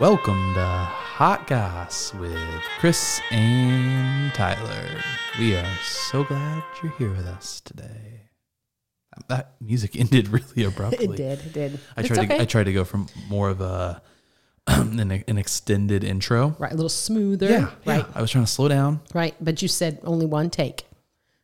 Welcome to Hot Goss with Chris and Tyler. We are so glad you're here with us today. Um, That music ended really abruptly. It did. It did. I It's tried okay. to I tried to go from more of a an, an extended intro. right, a little smoother. Right. I was trying to slow down. Right. But you said only one take.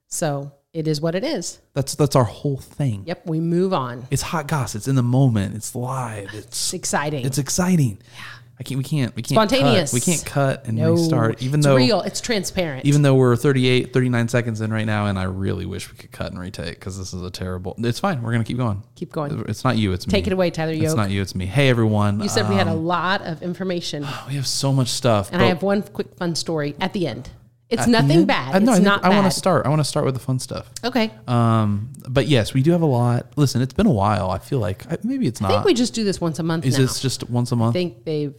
So it is what it is. That's that's our whole thing. Yep. We move on. It's hot goss. It's in the moment. It's live. It's It's exciting. it's exciting. Yeah. I can't. We can't. We can't. cut. Spontaneous. We can't cut and No, restart. Even it's though real. It's transparent. even though we're 38 39 seconds in right now and i really wish we could cut and retake because this is a terrible it's fine we're gonna keep going Keep going. it's not you it's me Take it away, Tyler it's Yoke. not you it's me hey everyone Ah, you said we um, had a lot of information. we have so much stuff And I have one quick fun story at the end. It's nothing bad. I, Uh, no, I think it's not i want bad. to start i want to start with the fun stuff Okay. um but yes we do have a lot listen it's been a while i feel like I, maybe it's I think not we just do this once a month uh, is now. this just once a I month think they've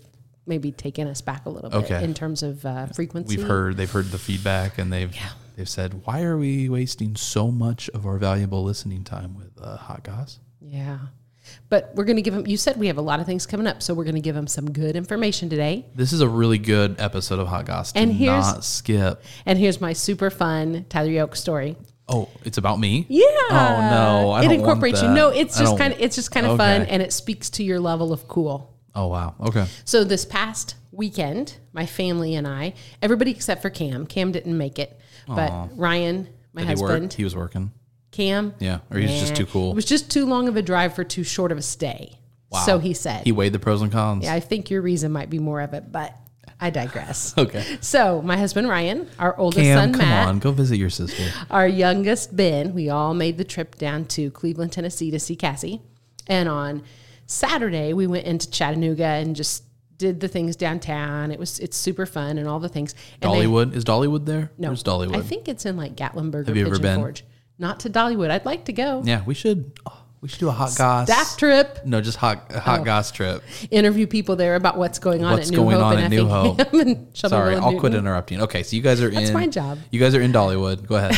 maybe taken us back a little bit Okay. in terms of uh, frequency. we've heard they've heard the feedback and they've they've said why are we wasting so much of our valuable listening time with uh, hot goss Yeah. But we're going to give them, you said we have a lot of things coming up. So we're going to give them some good information today. This is a really good episode of Hot Goss. Do And here's- not skip. And here's my super fun Tyler Yoke story. Oh, it's about me. Yeah. Oh no, I it don't incorporates want you. that. No, it's I just don't- kind of, it's just kind of Okay. fun and it speaks to your level of cool. Oh wow. Okay. So this past weekend, my family and I, everybody except for Cam, Cam didn't make it, but Ryan, my Did he work? husband, He was working. Cam, Yeah. Or he's just eh, too cool. It was just too long of a drive for too short of a stay. Wow. So he said, He weighed the pros and cons. I think your reason might be more of it, but I digress. Okay. So my husband Ryan, our oldest Cam, son come Matt, on, go visit your sister. our youngest Ben, we all made the trip down to Cleveland, Tennessee to see Cassie. And on Saturday we went into Chattanooga and just did the things downtown. It was it's super fun and all the things. And they- Dollywood is Dollywood there? no, Where's Dollywood? I think it's in like Gatlinburg or you ever Pigeon been? Forge. Not to Dollywood. I'd like to go. yeah, we should. oh, we should do a Hot Goss. Staff trip, Oh. no, just hot hot goss trip. interview people there about what's going on What's at New going Hope on and at New Effingham and Shelbyville Sorry, and I'll Newton. quit interrupting. Okay, so you guys are in my job. You guys are in Dollywood. Go ahead.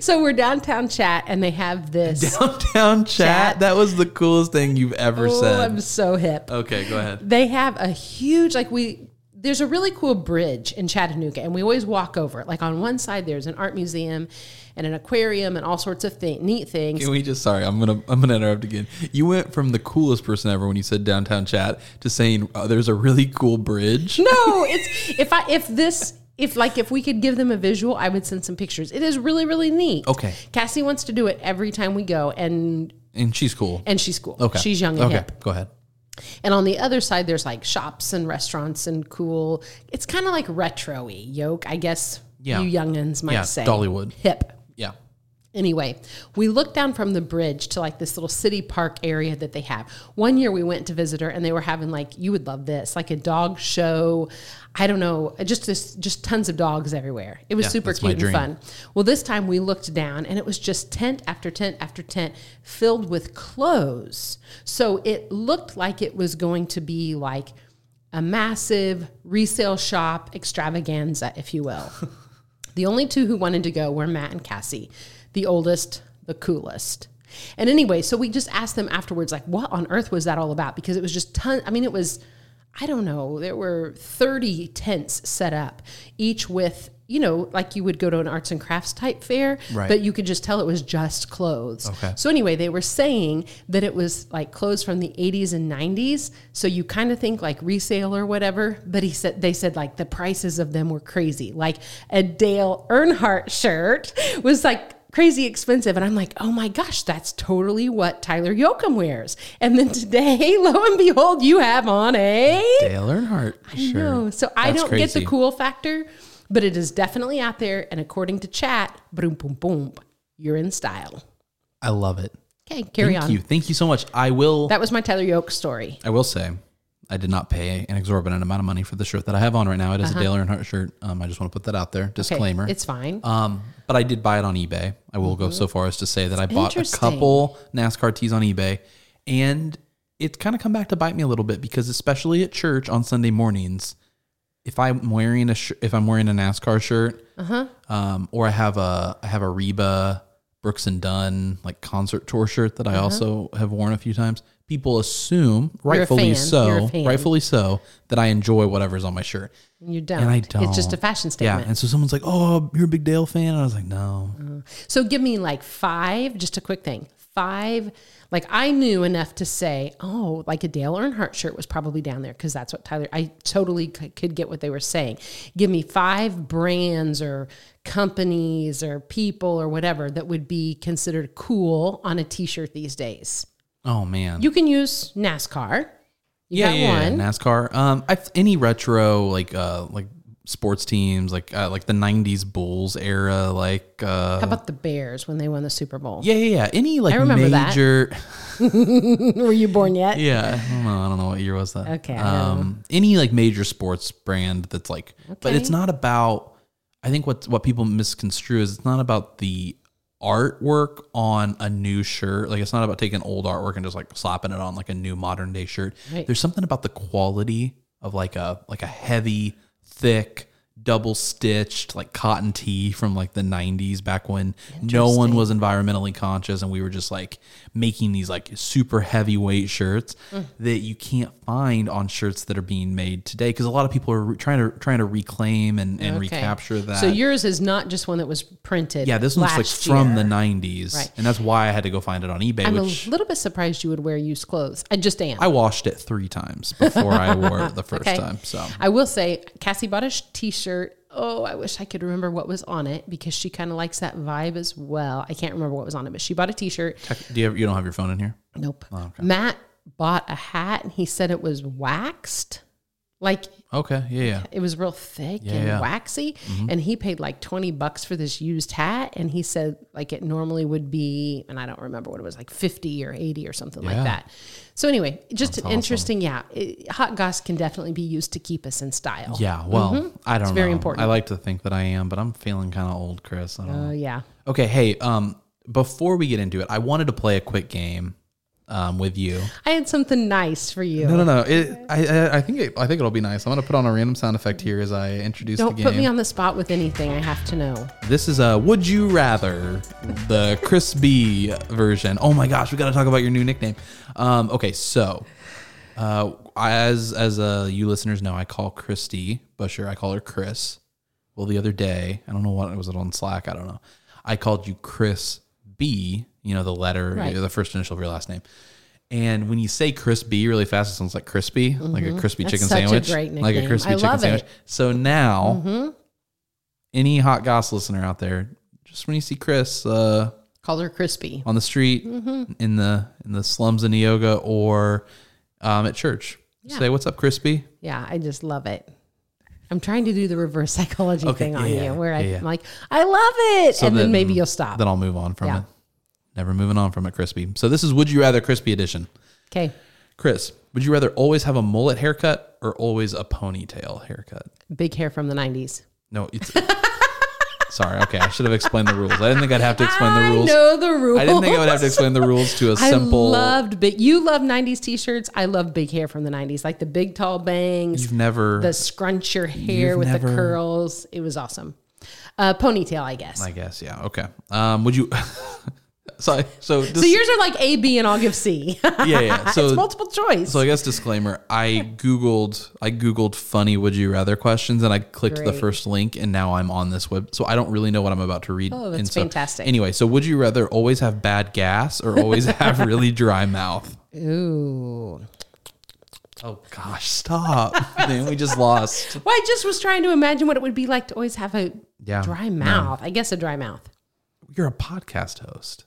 So we're downtown chat, and they have this. Downtown chat. Chat. That was the coolest thing you've ever Oh, said. I'm so hip. Okay, go ahead. They have a huge like we. There's a really cool bridge in Chattanooga, and we always walk over it. Like on one side, there's an art museum and an aquarium and all sorts of thi- neat things. Can we just sorry, I'm gonna I'm gonna interrupt again. You went from the coolest person ever when you said downtown chat to saying uh, there's a really cool bridge. No, it's if I if this if like if we could give them a visual, I would send some pictures. It is really really neat. Okay. Cassie wants to do it every time we go, and And she's cool. and she's cool. Okay. she's young and okay. hip. Go ahead. And on the other side, there's like shops and restaurants and cool. It's kind of like retro-y, yoke, I guess Yeah. you younguns might Yeah, say. Dollywood. Hip. Yeah. Anyway, we looked down from the bridge to like this little city park area that they have. One year we went to visit her and they were having like, you would love this, like a dog show. I don't know, just this, just tons of dogs everywhere. It was Yeah, super that's my cute dream. and fun. Well, this time we looked down and it was just tent after tent after tent filled with clothes. So it looked like it was going to be like a massive resale shop extravaganza, if you will. The only two who wanted to go were Matt and Cassie, the oldest, the coolest. And anyway, so we just asked them afterwards, like, what on earth was that all about? Because it was just ton. I mean, it was, I don't know, there were 30 tents set up, each with, you know, like you would go to an arts and crafts type fair, Right. but you could just tell it was just clothes. Okay. So anyway, they were saying that it was like clothes from the 80s and 90s. So you kind of think like resale or whatever. But he said they said like the prices of them were crazy. Like a Dale Earnhardt shirt was like crazy expensive. And I'm like, oh my gosh, that's totally what Tyler Yoakum wears. And then today, lo and behold, you have on a Dale Earnhardt. Sure. no. So I That's don't get crazy. the cool factor, but it is definitely out there. And according to chat, boom boom boom, you're in style. I love it. Okay, carry Thank on. you. Thank you so much. I will. That was my Tyler Yoke story. I will say. I did not pay an exorbitant amount of money for the shirt that I have on right now. It is a Dale Earnhardt shirt. Um, I just want to put that out there. Uh-huh. Okay, Disclaimer. It's fine. Um, but I did buy it on eBay. I will go so far as to say that I bought a Mm-hmm. Interesting. couple NASCAR tees on eBay, and it's kind of come back to bite me a little bit because, especially at church on Sunday mornings, if I'm wearing Uh-huh. a sh- if I'm wearing a NASCAR shirt, um, or I have a I have a Reba Brooks and Dunn like concert tour shirt that I also have worn a few times. People assume, rightfully fan. Uh-huh. You're so, a fan. rightfully so, that I enjoy whatever's on my shirt. You don't. I It's just a don't. fashion Yeah, statement. and so someone's like, "Oh, you're a Big Dale fan," and I was like, "No, So give me like five, just a quick thing. Five, like I knew enough to say, oh, like a Dale Earnhardt shirt was probably down there because that's what Tyler, I totally c- could get what they were saying. Give me five brands or companies or people or whatever that would be considered cool on a t shirt these days. oh man, You can use NASCAR. You yeah, got yeah, yeah, one. NASCAR. Um, I, any retro like uh like sports teams like uh, like the '90s Bulls era, like uh, How about the Bears when they won the Super Bowl? yeah, yeah, yeah. Any like remember that. major, Were you born yet? yeah. I don't know. I don't know what year was that. Okay, I don't Um, any like major sports brand that's like, but it's not about. I think what what people misconstrue is it's not about the artwork on a new shirt. Like it's not about taking old artwork and just like slapping it on like a new modern day shirt. Right. There's something about the quality of like a like a heavy, thick, double stitched like cotton tee from like the 90s back when no one was environmentally conscious and we were just like making these like super heavyweight shirts Mm. that you can't find on shirts that are being made today because a lot of people are re- trying to trying to reclaim and, and Okay. recapture that So yours is not just one that was printed. yeah, this one's like last from year. the '90s, Right. and that's why I had to go find it on eBay, I'm which a little bit surprised you would wear used clothes. I just am. I washed it three times before I wore it the first Okay. time. So I will say, Cassie bought a sh- t-shirt. Oh, I wish I could remember what was on it because she kind of likes that vibe as well. I can't remember what was on it, but she bought a t-shirt. do you have, you don't have your phone in here? Nope. Matt bought a hat and he said it was waxed. Like Okay, yeah, yeah. it was real thick and yeah. Mm-hmm. waxy and he paid like 20 bucks for this used hat and he said like it normally would be and i don't remember what it was like 50 or 80 or something like Yeah. that so anyway just an interesting yeah it, hot goss can definitely be used to keep us in style Yeah, well, I don't know. Mm-hmm. very important. I like to think that I am, but I'm feeling kind of old, Chris. I don't Oh know. yeah Okay, hey, um, before we get into it, I wanted to play a quick game um, with you. i had something nice for you No, no, no. It, I, I, I think it, I think it'll be nice. I'm gonna put on a random sound effect here as I introduce don't the game. put me on the spot with anything i have to know This is a Would You Rather, the Chris B version. Oh my gosh, we got to talk about your new nickname. Um, okay, so uh, as as uh, you listeners know, I call Christy Busher. I call her Chris. Well, the other day, I don't know what was it on Slack. I don't know. I called you Chris B. You know the letter, Right. the first initial of your last name. And when you say Chris B really fast, it sounds like crispy, like a crispy Mm-hmm. That's chicken such a sandwich, great like a nickname. crispy I chicken love sandwich. it. Mm-hmm. So now any hot goss listener out there, just when you see Chris uh, call her crispy on the street Mm-hmm. in the in the slums in Neoga or um, at church, say what's up, Crispy. Yeah, I just love it. I'm trying to do the reverse psychology Okay, thing yeah, on yeah, you, where yeah, I'm yeah. like, I love it, and then, then- maybe you'll stop. Then I'll move on from Yeah. it. Never moving on from it, Crispy. So this is Would You Rather Crispy edition. Okay, Chris, would you rather always have a mullet haircut or always a ponytail haircut? big hair from the '90s. No, it's. sorry. Okay, I should have explained the rules. I didn't think I'd have to explain the rules. I know the rule. I didn't think I would have to explain the rules to a simple. loved big. You love '90s t-shirts. I love big hair from the '90s, like the big tall bangs, you've never. the scrunch your hair You've with the never- curls. It was awesome. Uh, ponytail, I guess. I guess, yeah. Okay. Um, would you? so, so, dis- so yours are like A, B, and I'll give C. yeah, yeah. So, Multiple choice. so I guess disclaimer. I googled, I googled funny would you rather questions, and I clicked the Great. first link, and now I'm on this web. So I don't really know what I'm about to read. Oh, that's and so- fantastic. Anyway, so would you rather always have bad gas or always have really dry mouth? Ooh. Oh gosh, stop! Man, we just lost. Well, I just was trying to imagine what it would be like to always have a Yeah, dry mouth. I guess a dry mouth You're a podcast host.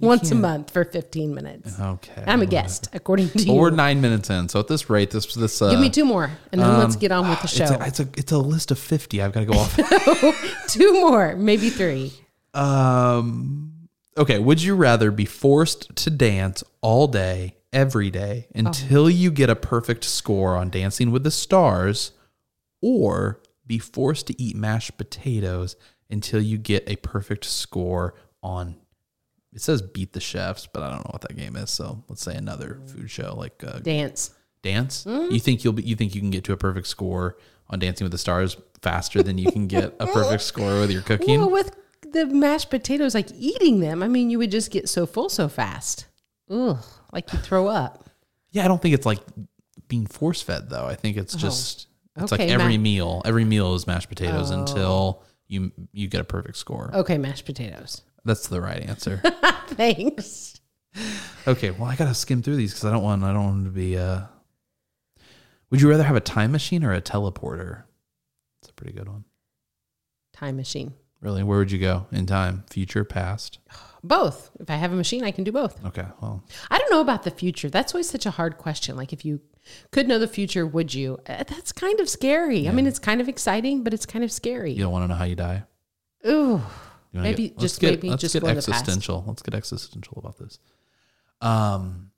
once a month for 15 minutes. Okay. I'm a guest, according to Well, you. we're nine minutes in, so at this rate, this this uh, Give me two more, and then let's get on with the Um, it's show. a, it's a it's a list of fifty. I've got to go off. two more, maybe three. Um, okay. Would you rather be forced to dance all day, every day, Oh. until you get a perfect score on Dancing with the Stars, or be forced to eat mashed potatoes until you get a perfect score on? It says beat the chefs, but I don't know what that game is. So let's say another food show like uh, Dance. dance. Mm-hmm. You think you'll be? You think you can get to a perfect score on Dancing with the Stars faster than you can get a perfect score with your cooking? Well, with the mashed potatoes, like eating them, I mean, you would just get so full so fast. Ugh, like you throw up. Yeah, I don't think it's like being force fed though. I think it's just it's Oh. Okay, Oh. like every ma- meal. Every meal is mashed potatoes until you you get a perfect score. Okay, mashed potatoes. That's the right answer. Thanks. okay, well I gotta skim through these because I don't want I don't want to be. Uh... Would you rather have a time machine or a teleporter? It's a pretty good one. Time machine. Really, where would you go in time? Future, past? Both. If I have a machine, I can do both. Okay, well, I don't know about the future. That's always such a hard question. Like, if you could know the future, would you? Uh, That's kind of scary. I mean, it's kind of exciting, but it's kind of scary. you don't want to know how you die. Ooh, You wanna Maybe let's just get, maybe let's just get go in the past. existential. Let's get existential about this. Um,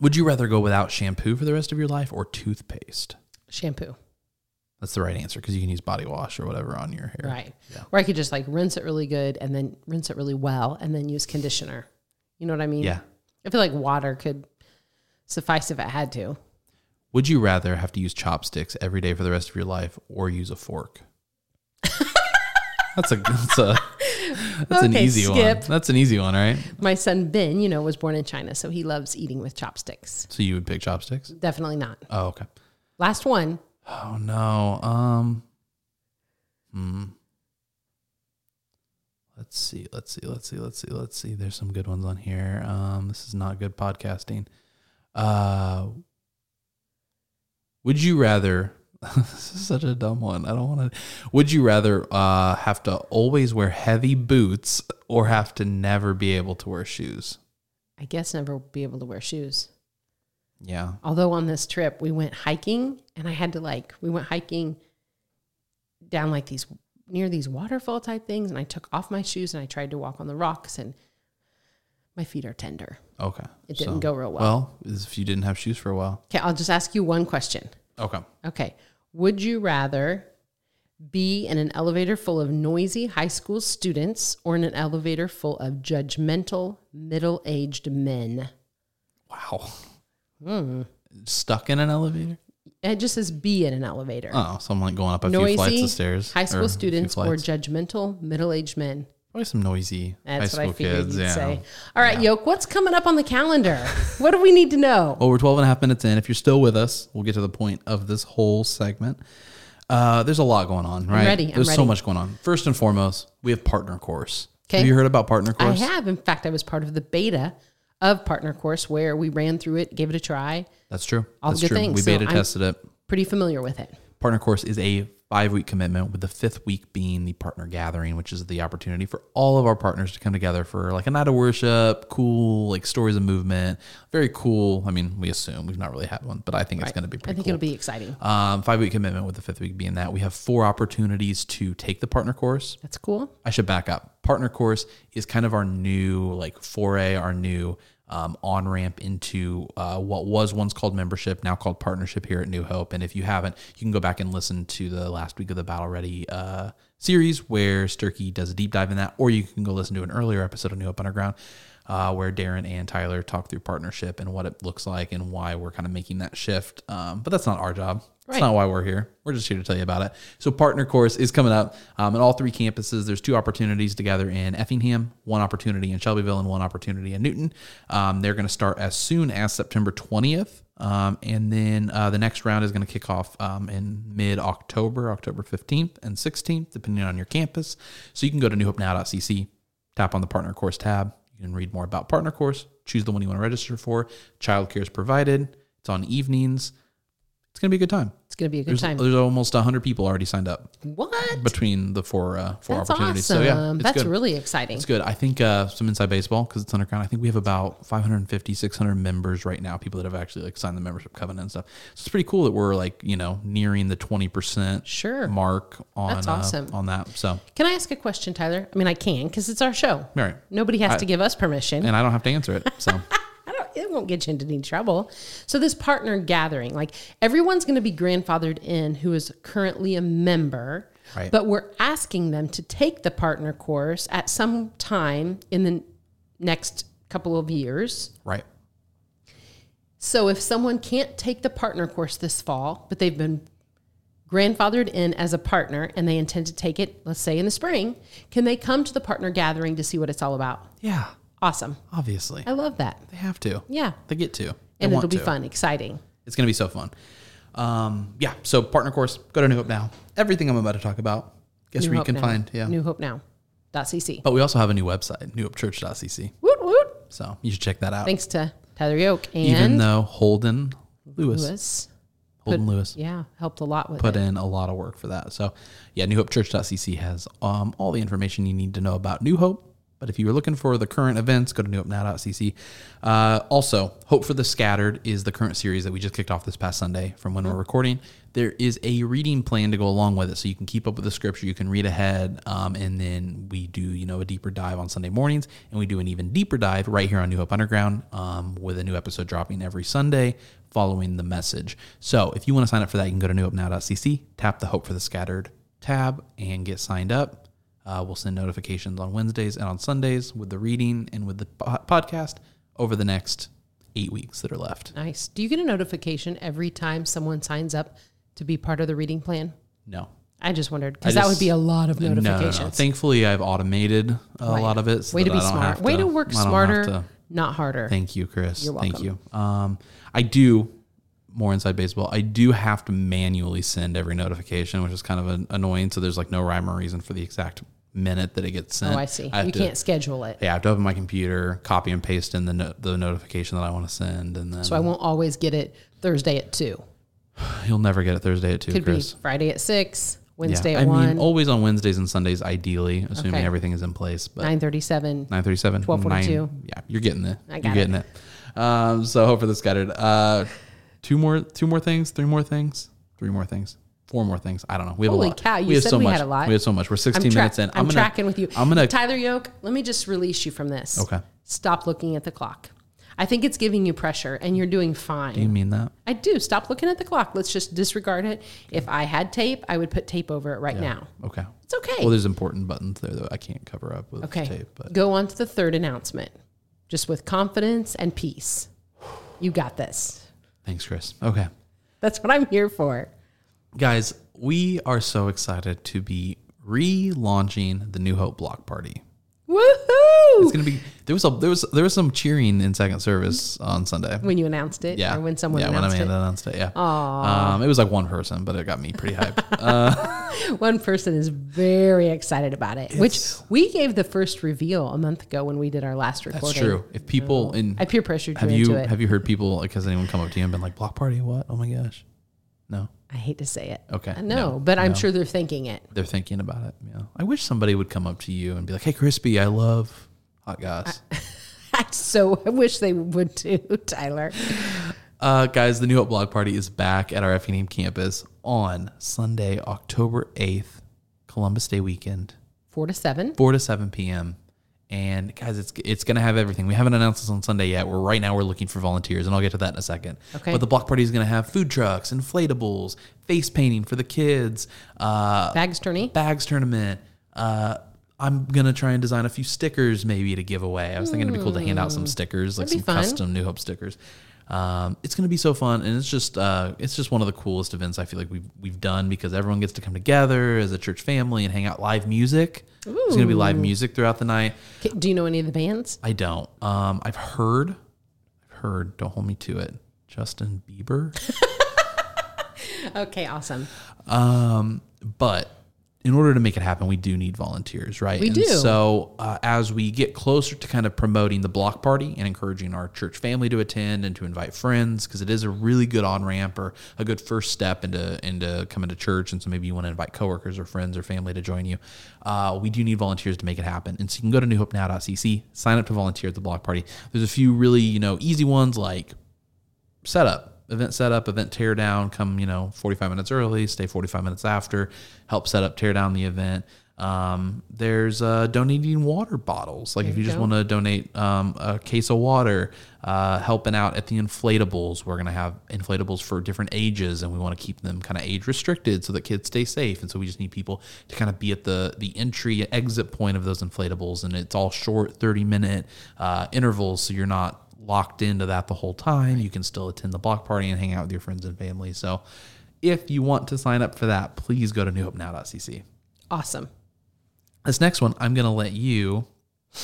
would you rather go without shampoo for the rest of your life or toothpaste? shampoo. That's the right answer because you can use body wash or whatever on your hair. Right. Yeah. Or I could just like rinse it really good and then rinse it really well and then use conditioner. You know what I mean? Yeah. I feel like water could suffice if it had to. Would you rather have to use chopsticks every day for the rest of your life or use a fork? that's a that's a that's an Okay, easy skip. one. That's an easy one, right? My son Ben, you know, was born in China, so he loves eating with chopsticks. So you would pick chopsticks? Definitely not. Oh, okay. Last one. Oh no. Um. Hmm. Let's see. Let's see. Let's see. Let's see. Let's see. There's some good ones on here. Um. This is not good podcasting. Uh. Would you rather? this is such a dumb one. I don't want to. Would you rather uh have to always wear heavy boots or have to never be able to wear shoes? I guess never be able to wear shoes. Yeah. Although on this trip we went hiking and I had to like we went hiking down like these near these waterfall type things and I took off my shoes and I tried to walk on the rocks and my feet are tender. Okay. It didn't go real well. Well, is if you didn't have shoes for a while. Okay, I'll just ask you one question. Okay. Okay. Would you rather be in an elevator full of noisy high school students or in an elevator full of judgmental middle aged men? Wow. Hmm. Stuck in an elevator? It just says be in an elevator. Oh, so I'm like going up a noisy few flights of stairs. high or school a few students or flights. judgmental middle aged men. probably some noisy That's high what I school figured kids. you'd yeah. say. All right, Yoke, what's coming up on the calendar? what do we need to know? Well, we're 12 and a half minutes in. If you're still with us, we'll get to the point of this whole segment. Uh, there's a lot going on, right? ready. I'm There's so ready. much going on. First and foremost, we have Partner Course. 'Kay. Have you heard about Partner I Course? have. In fact, I was part of the beta of Partner Course where we ran through it, gave it a try. That's true. All That's good true. things. We So beta I'm- tested it. Pretty familiar with it. Partner Course is a five week commitment, with the fifth week being the partner gathering, which is the opportunity for all of our partners to come together for like a night of worship, cool, like stories of movement. Very cool. I mean, we assume we've not really had one, but I think it's going to be I pretty think cool. it'll be exciting. um, five week commitment, with the fifth week being that. We have four opportunities to take the partner course. That's cool. I should back up. Partner course is kind of our new like foray, our new um, on ramp into uh, what was once called membership, now called partnership here at New Hope. And if you haven't, you can go back and listen to the last week of the Battle Ready uh, series where Sturkey does a deep dive in that, or you can go listen to an earlier episode of New Hope Underground uh, where Darren and Tyler talk through partnership and what it looks like and why we're kind of making that shift. Um, but that's not our job. That's Right. not why we're here. We're just here to tell you about it. So, partner course is coming up um, at all three campuses. There's two opportunities to gather in Effingham, one opportunity in Shelbyville, and one opportunity in Newton. Um, they're going to start as soon as September 20th. Um, and then uh, the next round is going to kick off um, in mid October, October 15th and 16th, depending on your campus. So, you can go to newhopenow.cc tap on the partner course tab. You can read more about partner course, choose the one you want to register for. Childcare is provided. It's on evenings. It's going to be a good time. It's going to be a good There's, time. there's almost 100 people already signed up What? between the four uh, four That's awesome. opportunities. So yeah, it's That's good. really exciting. it's good. I think uh, some inside baseball because it's underground. I think we have about 550, 600 members right now. People that have actually like signed the membership covenant and stuff. So it's pretty cool that we're like you know nearing the 20 percent Sure. mark on That's uh, awesome. on that. So Can I ask a question, Tyler? I mean, I can because it's our show. all right, Nobody has I- to give us permission. and I don't have to answer it. So. I don't, it won't get you into any trouble. So this partner gathering, like everyone's going to be grandfathered in who is currently a member, Right. but we're asking them to take the partner course at some time in the next couple of years. Right. So if someone can't take the partner course this fall, but they've been grandfathered in as a partner and they intend to take it, let's say in the spring, can they come to the partner gathering to see what it's all about? Yeah, Awesome. obviously. I love that. They have to. Yeah. They get to. They And want it'll be to. fun, exciting. It's going to be so fun. Um, yeah. So partner course, go to New Hope now. Everything I'm about to talk about, guess New where you Hope can Now. find. Yeah. New Hope Now. Dot CC. but we also have a new website, newhopechurch.cc. Woot woot. So you should check that out. Thanks to Tyler Yoke and Even though Holden Lewis, Lewis. Holden Lewis Yeah, helped a lot with put it. in a lot of work for that. So yeah, newhopechurch.cc has um, all the information you need to know about New Hope. But if you were looking for the current events, go to newhopenow.cc. Uh, also, Hope for the Scattered is the current series that we just kicked off this past Sunday from when we're recording. There is a reading plan to go along with it, so you can keep up with the scripture. You can read ahead, um, and then we do you know a deeper dive on Sunday mornings, and we do an even deeper dive right here on New Hope Underground um, with a new episode dropping every Sunday following the message. So if you want to sign up for that, you can go to newupnow.cc, tap the Hope for the Scattered tab, and get signed up. Uh, we'll send notifications on Wednesdays and on Sundays with the reading and with the po- podcast over the next eight weeks that are left. Nice. Do you get a notification every time someone signs up to be part of the reading plan? No. I just wondered because I that would just- be a lot of No, no, no. notifications. Thankfully, I've automated a Right. lot of it. So Way to that be I don't smart. have Way to work I don't have smarter, to- not harder. Thank you, Chris. You're Thank you. Um, I do more inside baseball. I do have to manually send every notification, which is kind of an annoying. So there's like no rhyme or reason for the exact minute that it gets sent. oh, I see. have you to- can't schedule it. Yeah, I have to open my computer, copy and paste in the no- the notification that I want to send, and then So I won't always get it Thursday at 2. you'll never get it Thursday at two, Could Chris. be Friday at 6, Yeah. Wednesday I at 1, mean, oh, always on Wednesdays and Sundays, ideally, assuming Okay. everything is in place. But 937. 937 12:42. nine- yeah you're getting it I you're got getting it, um so hope for the scattered uh two more two more things three more things three more things four more things i don't know we have Holy a lot cow, you we have said so we much had a lot. we have so much we're 16 I'm, tra- minutes in I'm, gonna, tracking with you. i'm gonna Tyler Yoke, let me just release you from this. okay Stop looking at the clock. I think it's giving you pressure and you're doing fine. you mean that I do. Stop looking at the clock. Let's just disregard it. If I had tape, I would put tape over it right now. okay It's okay. well there's important buttons there that i can't cover up with okay. tape but Go on to the third announcement, just with confidence and peace. You got this. thanks chris okay That's what I'm here for. guys we are so excited to be relaunching the new hope block party Woohoo! it's gonna be there was a there was there was some cheering in second service on sunday When you announced it, Yeah. or when someone yeah, announced when Amanda it, announced it. Yeah. Um, it was like one person, but it got me pretty hyped. one person is very excited about it. Which we gave the first reveal a month ago when we did our last recording. That's true. If people in Oh. I peer pressured you have into you it. have you heard people like has anyone come up to you and been like block party what? Oh my gosh. No. I hate to say it. Okay. I know, but I'm Oh, no. sure they're thinking it. They're thinking about it. Yeah. I wish somebody would come up to you and be like, "Hey, crispy, I love hot gas." I so I wish they would too, Tyler. Uh, guys, the New Hope Blog Party is back at our FNM campus on Sunday, October eighth, Columbus Day weekend. Four to seven. four to seven p.m. And guys, it's it's gonna have everything. We haven't announced this on Sunday yet. We're right now we're looking for volunteers, and I'll get to that in a second. Okay. But the block party is gonna have food trucks, inflatables, face painting for the kids, uh, Bags tourney. bags tournament. Uh, I'm gonna try and design a few stickers maybe to give away. I was thinking it'd be cool to hand out some stickers, like some Hmm. That'd be fun. custom New Hope stickers. Um, it's gonna be so fun, and it's just uh, it's just one of the coolest events I feel like we've we've done because everyone gets to come together as a church family and hang out live music. There's gonna be live music throughout the night. K- Do you know any of the bands? I don't. Um, I've heard, I've heard. Don't hold me to it. Justin Bieber. Okay, awesome. Um, but in order to make it happen, we do need volunteers, right? We and do. So uh, as we get closer to kind of promoting the block party and encouraging our church family to attend and to invite friends, because it is a really good on ramp or a good first step into into coming to church. And so maybe you want to invite coworkers or friends or family to join you. Uh, we do need volunteers to make it happen. And so you can go to newhopenow.cc, sign up to volunteer at the block party. There's a few really you know easy ones like setup, event setup, event tear down. Come you know 45 minutes early, stay 45 minutes after. Help set up, tear down the event. Um, there's uh, donating water bottles. Like if you just want to donate um, a case of water, uh, helping out at the inflatables. We're gonna have inflatables for different ages, and we want to keep them kind of age restricted so that kids stay safe. And so we just need people to kind of be at the the entry exit point of those inflatables, and it's all short 30 minute uh, intervals, so you're not locked into that the whole time. You can still attend the block party and hang out with your friends and family. So If you want to sign up for that, please go to newhopenow.cc. Awesome. This next one, I'm gonna let you.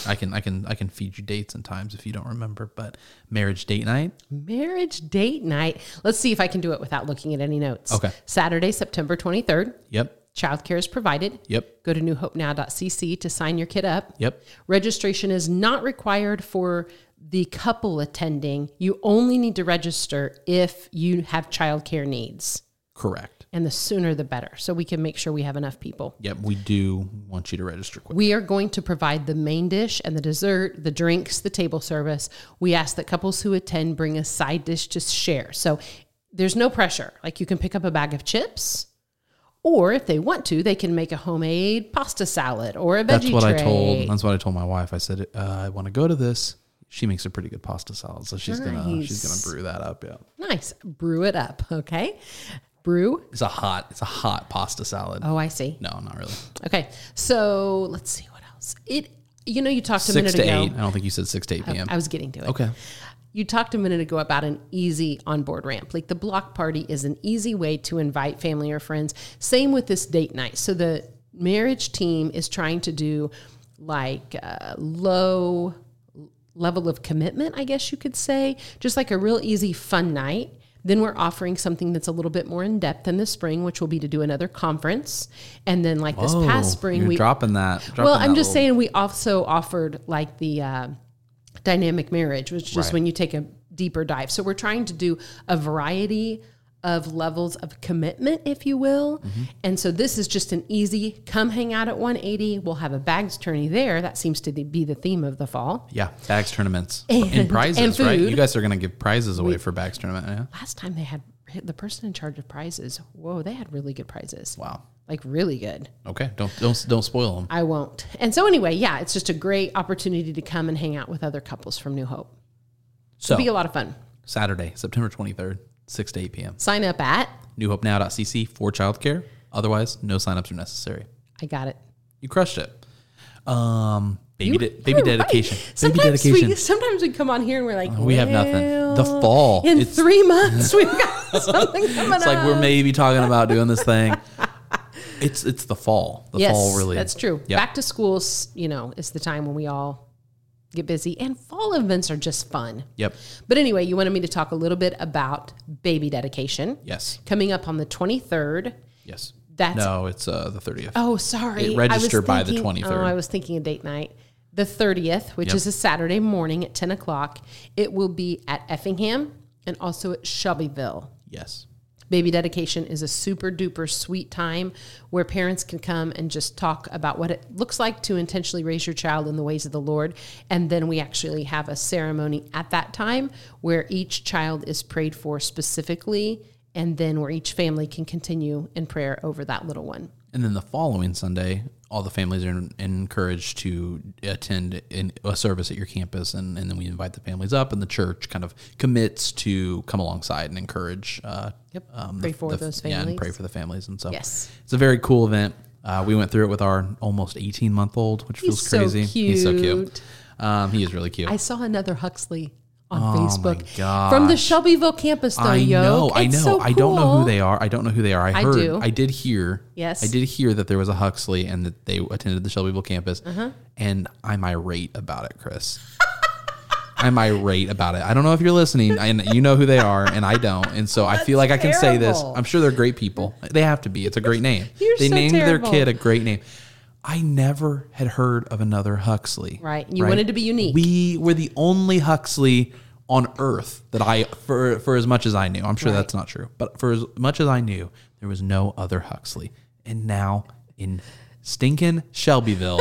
I can I can I can feed you dates and times if you don't remember, but marriage date night. Marriage date night. Let's see if I can do it without looking at any notes. Okay. Saturday, September 23rd. Yep. Childcare is provided. Yep. Go to newhopenow.cc to sign your kid up. Yep. Registration is not required for the couple attending. You only need to register if you have childcare needs, Correct. and the sooner the better, so we can make sure we have enough people. Yep. We do want you to register quick. We are going to provide the main dish and the dessert, the drinks, the table service. We ask that couples who attend bring a side dish to share. So there's no pressure. Like you can pick up a bag of chips, or if they want to, they can make a homemade pasta salad or a veggie That's what tray. I told. That's what I told my wife. I said uh, I want to go to this. She makes a pretty good pasta salad, so she's gonna she's gonna brew that up. Yeah, Nice. Brew it up. Okay. Brew. it's a hot it's a hot pasta salad. Oh, I see. No, not really. Okay. So let's see what else. It. You know, you talked a Six minute to ago. eight. I don't think you said six to eight p.m. I was getting to it. okay. You talked a minute ago about an easy onboard ramp. Like the block party is an easy way to invite family or friends. Same with this date night. So the marriage team is trying to do like a low level of commitment, I guess you could say, just like a real easy fun night. Then we're offering something that's a little bit more in depth in the spring, which will be to do another conference. And then, like this past spring, Oh, you're we dropping that. well, dropping I'm that just little- saying we also offered like the uh, dynamic marriage, which is Right. when you take a deeper dive. So we're trying to do a variety of levels of commitment, if you will. Mm-hmm. And so this is just an easy come hang out at 180. We'll have a bags tourney there. That seems to be the theme of the fall. Yeah, bags tournaments and, prizes, and right? food. You guys are gonna give prizes away for bags tournament. Yeah. Last time they had the person in charge of prizes. Whoa, they had really good prizes. Wow. Like really good. Okay. Don't don't don't spoil them. I won't. And so anyway, yeah, it's just a great opportunity to come and hang out with other couples from New Hope. So Be a lot of fun. Saturday, September 23rd, six to eight p.m. Sign up at Newhopenow.cc for childcare. Otherwise, no signups are necessary. I got it. You crushed it. Um, baby, You- de- you're baby right. dedication. Baby Sometimes dedication. We, sometimes we come on here and we're like, We have nothing. The "Well, fall. in It's, three months. We've got something coming it's like up. we're maybe talking about doing this thing. It's it's the fall. The yes, fall really. that's true. Yep. Back to schools, you know, is the time when we all get busy, and fall events are just fun. Yep. But anyway, you wanted me to talk a little bit about baby dedication Yes. coming up on the twenty third. Yes. That's no, it's uh, the thirtieth. Oh, sorry. It I was registered by the thinking- 23rd. Oh, I was thinking a date night. The 30th, which Yep. is a Saturday morning at 10 o'clock. It will be at Effingham and also at Shelbyville. Yes. Baby dedication is a super duper sweet time where parents can come and just talk about what it looks like to intentionally raise your child in the ways of the Lord. And then we actually have a ceremony at that time where each child is prayed for specifically, and then where each family can continue in prayer over that little one. And then the following Sunday, all the families are en- encouraged to attend in a service at your campus, and, and then we invite the families up, and the church kind of commits to come alongside and encourage. Uh, Yep. um, Pray for those Yeah, families. and pray for the families, and so Yes. it's a very cool event. Uh, we went through it with our almost eighteen month old, which He's feels so crazy. He's so cute. cute. Um, he is really cute. I saw another Huxley on Facebook Oh gosh. from the Shelbyville campus, though. I yo. know, I It's know. so I don't know cool. who they are. I don't know who they are. I, heard, do. I did hear. Yes. I did hear that there was a Huxley and that they attended the Shelbyville campus. Uh-huh. And I'm irate about it, Chris. I'm irate about it. I don't know if you're listening, and you know who they are, and I don't. And so I feel like I can say this. terrible. I'm sure they're great people. They have to be. It's a great name. You're they so named terrible. their kid a great name. I never had heard of another Huxley. Right. You wanted to be unique. We were the only Huxley on Earth that I, for for as much as I knew, I'm sure that's not true, but for as much as I knew, there was no other Huxley. And now in stinking Shelbyville,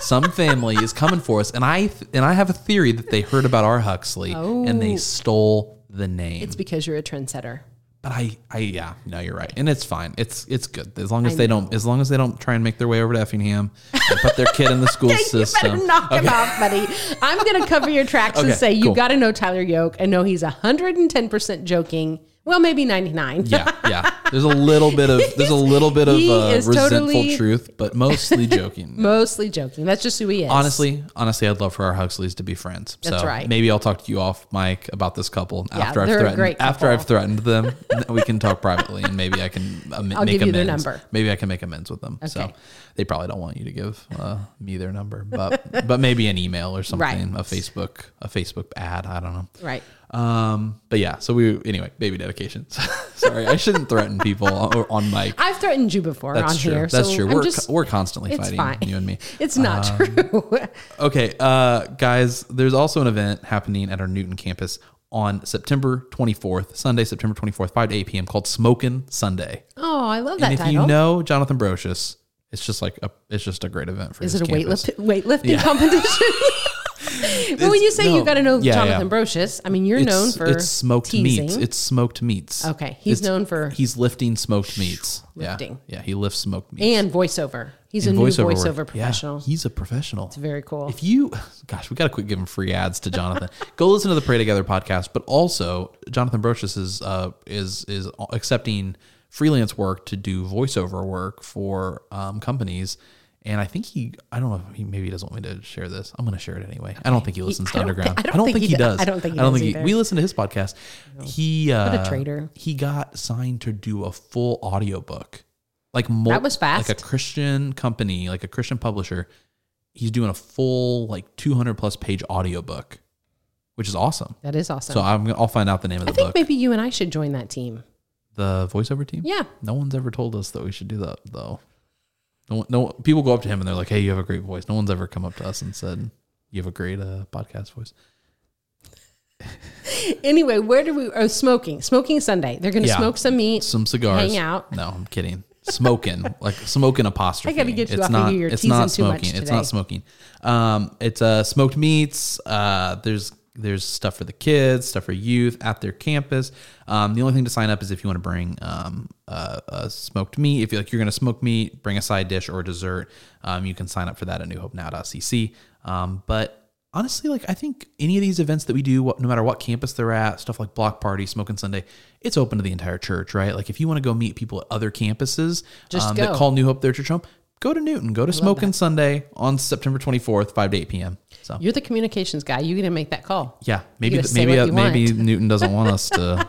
some family is coming for us, and I and I have a theory that they heard about our Huxley and they stole the name. Oh. It's because you're a trendsetter. but I, I yeah, no, you're right, and it's fine. It's it's good as long as they don't as long as they don't try and make their way over to Effingham and put their kid in the school You better system. knock him off, buddy. I'm going to cover your tracks and Okay, say you cool. got to know Tyler Yoke and know he's 110% joking. Well, maybe 99. Yeah, yeah. There's a little bit of there's a little bit of He uh, is resentful totally- truth, but mostly joking. Mostly joking. That's just who he is. honestly, honestly, I'd love for our Huxleys to be friends. That's so right. Maybe I'll talk to you off mic about this couple Yeah, after I've they're a threatened great after I've couple. threatened them. and we can talk privately, and maybe I can am- I'll make give you amends. their number. Maybe I can make amends with them. So Okay. they probably don't want you to give uh, me their number, but but maybe an email or something, a Facebook a Facebook ad. I don't know. Right. Um, but yeah, so we anyway, baby dedications. Sorry, I shouldn't threaten people on, on mic. I've threatened you before That's on true. here. That's so true. I'm We're just, co- we're constantly it's fighting fine. you and me. Um, it's not true. Okay, uh, guys, there's also an event happening at our Newton campus on September 24th, Sunday, September 24th, 5 to 8 p.m. called Smokin' Sunday. oh, I love that and if title. you know Jonathan Brocious, it's just like a it's just a great event for is his it a campus. weightlift, weightlifting competition? well, when you say no. you got to know Yeah, Jonathan yeah. Brocious, I mean, you're It's, known for it's smoked teasing. meats. It's smoked meats. Okay, he's It's- known for- he's lifting smoked meats. lifting. Yeah, yeah, he lifts smoked meats. and voiceover. He's And a new work. voiceover Yeah, professional. he's a professional. It's very cool. If you, gosh, we got to quit giving free ads to Jonathan. Go listen to the Pray Together podcast, but also Jonathan Brochus is uh, is is accepting freelance work to do voiceover work for um, companies. And I think he, I don't know, if he maybe he doesn't want me to share this. I'm going to share it anyway. I don't think he listens to I don't thi- Underground. I don't think he do- does. I don't think he does either. we listen to his podcast. He uh, What a traitor. He got signed to do a full audiobook. Like mul- That was fast. Like a Christian company, like a Christian publisher, he's doing a full like 200 plus page audiobook, which is awesome. that is awesome. So I'm I'll find out the name of I the think book. maybe you and I should join that team. the voiceover team. Yeah. No one's ever told us that we should do that though. No, one- no one- people go up to him and they're like, "Hey, you have a great voice." No one's ever come up to us and said, "You have a great uh, podcast voice." Anyway, where do we? Oh, smoking. Smoking Sunday. They're going to Yeah. smoke some meat. Some cigars. Hang out. No, I'm kidding. Smoking, like smoking apostrophe. I gotta get you it's off of not, you. You're It's not teasing too much smoking. It's not today. smoking. Um, it's uh, smoked meats. Uh, there's there's stuff for the kids, stuff for youth at their campus. Um, the only thing to sign up is if you want to bring um, uh, uh, smoked meat. If you like, you're gonna smoke meat, bring a side dish or a dessert. Um, you can sign up for that at newhopenow.cc. E Um, but honestly, like I think any of these events that we do, what, no matter what campus they're at, stuff like block party, smoking Sunday, it's open to the entire church, right? Like if you want to go meet people at other campuses Just um, go. that call New Hope their church home, go to Newton, go to smoking Sunday on September 24th, 5 to 8 p.m. So You're the communications guy. You're going to make that call. yeah, maybe gotta th- say maybe what uh, you maybe want. Newton doesn't want us to.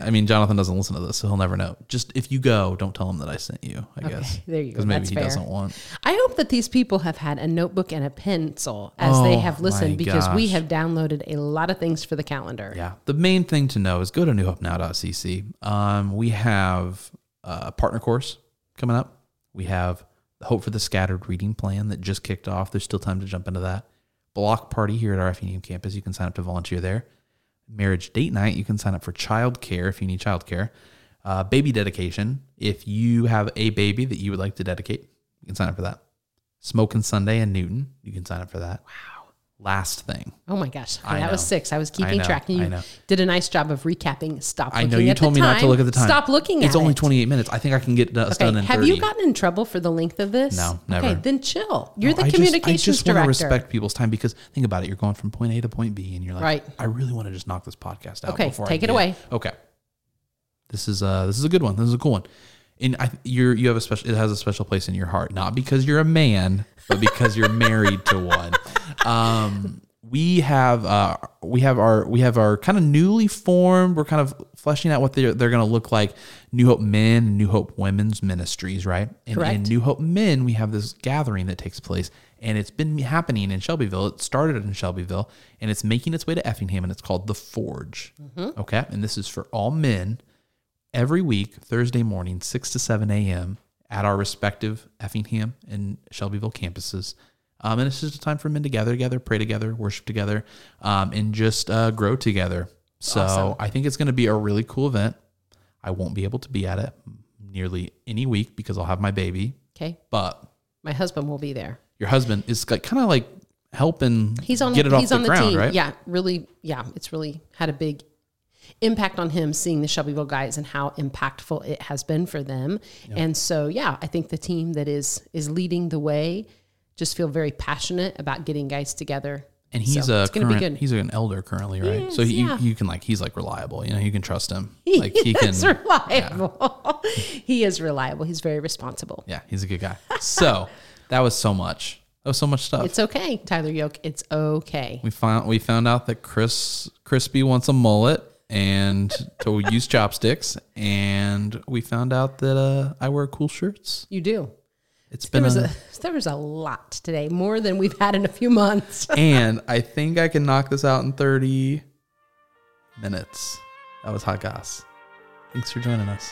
I mean, Jonathan doesn't listen to this, so he'll never know. Just if you go, don't tell him that I sent you. I guess there you go. because maybe That's he fair. doesn't want. I hope that these people have had a notebook and a pencil as Oh, they have my listened because we gosh. have downloaded a lot of things for the calendar. Yeah. The main thing to know is go to newhopenow.cc. Um, we have a partner course coming up. We have the Hope for the Scattered reading plan that just kicked off. There's still time to jump into that. Block party here at our FNU campus. You can sign up to volunteer there. Marriage date night. You can sign up for childcare if you need childcare. Uh, baby dedication. If you have a baby that you would like to dedicate, you can sign up for that. Smoking Sunday in Newton. You can sign up for that. Wow. Last thing. Oh my gosh. I that was know. six. I was keeping know. track. And I you know. did a nice job of recapping. Stop I looking know you at told me the not to time. look at the time. Stop looking at It's only it. 28 minutes. I think I can get us Okay. done in Have 30. you gotten in trouble for the length of this? No, never. Okay, then chill. You're the I just- I communications just director. want to respect people's time because think about it. You're going from point A to point B, and you're like, Right. I really want to just knock this podcast out. Okay, before I take it get- away. Okay, this is uh this is a good one. This is a cool one, and I you're you have a special. It has a special place in your heart, not because you're a man, but because you're married to one. Um, we have uh we have our we have our kind of newly formed. We're kind of fleshing out what they're they're going to look like. New Hope Men, and New Hope Women's Ministries, right? And, Correct. and New Hope Men, we have this gathering that takes place, and it's been happening in Shelbyville. It started in Shelbyville, and it's making its way to Effingham, and it's called The Forge. Okay. And this is for all men every week, Thursday morning, 6 to 7 a.m., at our respective Effingham and Shelbyville campuses. Um, and it's just a time for men to gather together, pray together, worship together, um, and just uh, grow together. So I think it's going to be a really cool event. I won't be able to be at it nearly any week because I'll have my baby, okay. but My husband will be there. your husband is like kind of like helping He's on get it he's off the on the ground, team. right? Yeah, really yeah, it's really had a big impact on him seeing the Shelbyville guys and how impactful it has been for them. And so yeah, I think the team that is is leading the way just feel very passionate about getting guys together And he's So, a it's gonna be current, good. he's an elder currently, right? so is, he, yeah. you, you can like he's like reliable, you know, you can trust him. He like he can is reliable. he is reliable. He's very responsible. Yeah, he's a good guy. So that was so much. That was so much stuff. It's okay, Tyler Yoke. It's okay. we found we found out that Chris Crispy wants a mullet and to use chopsticks, and we found out that uh, I wear cool shirts. You do. It's There been was a, a there was a lot today, more than we've had in a few months. and I think I can knock this out in thirty minutes. That was hot goss. Thanks for joining us.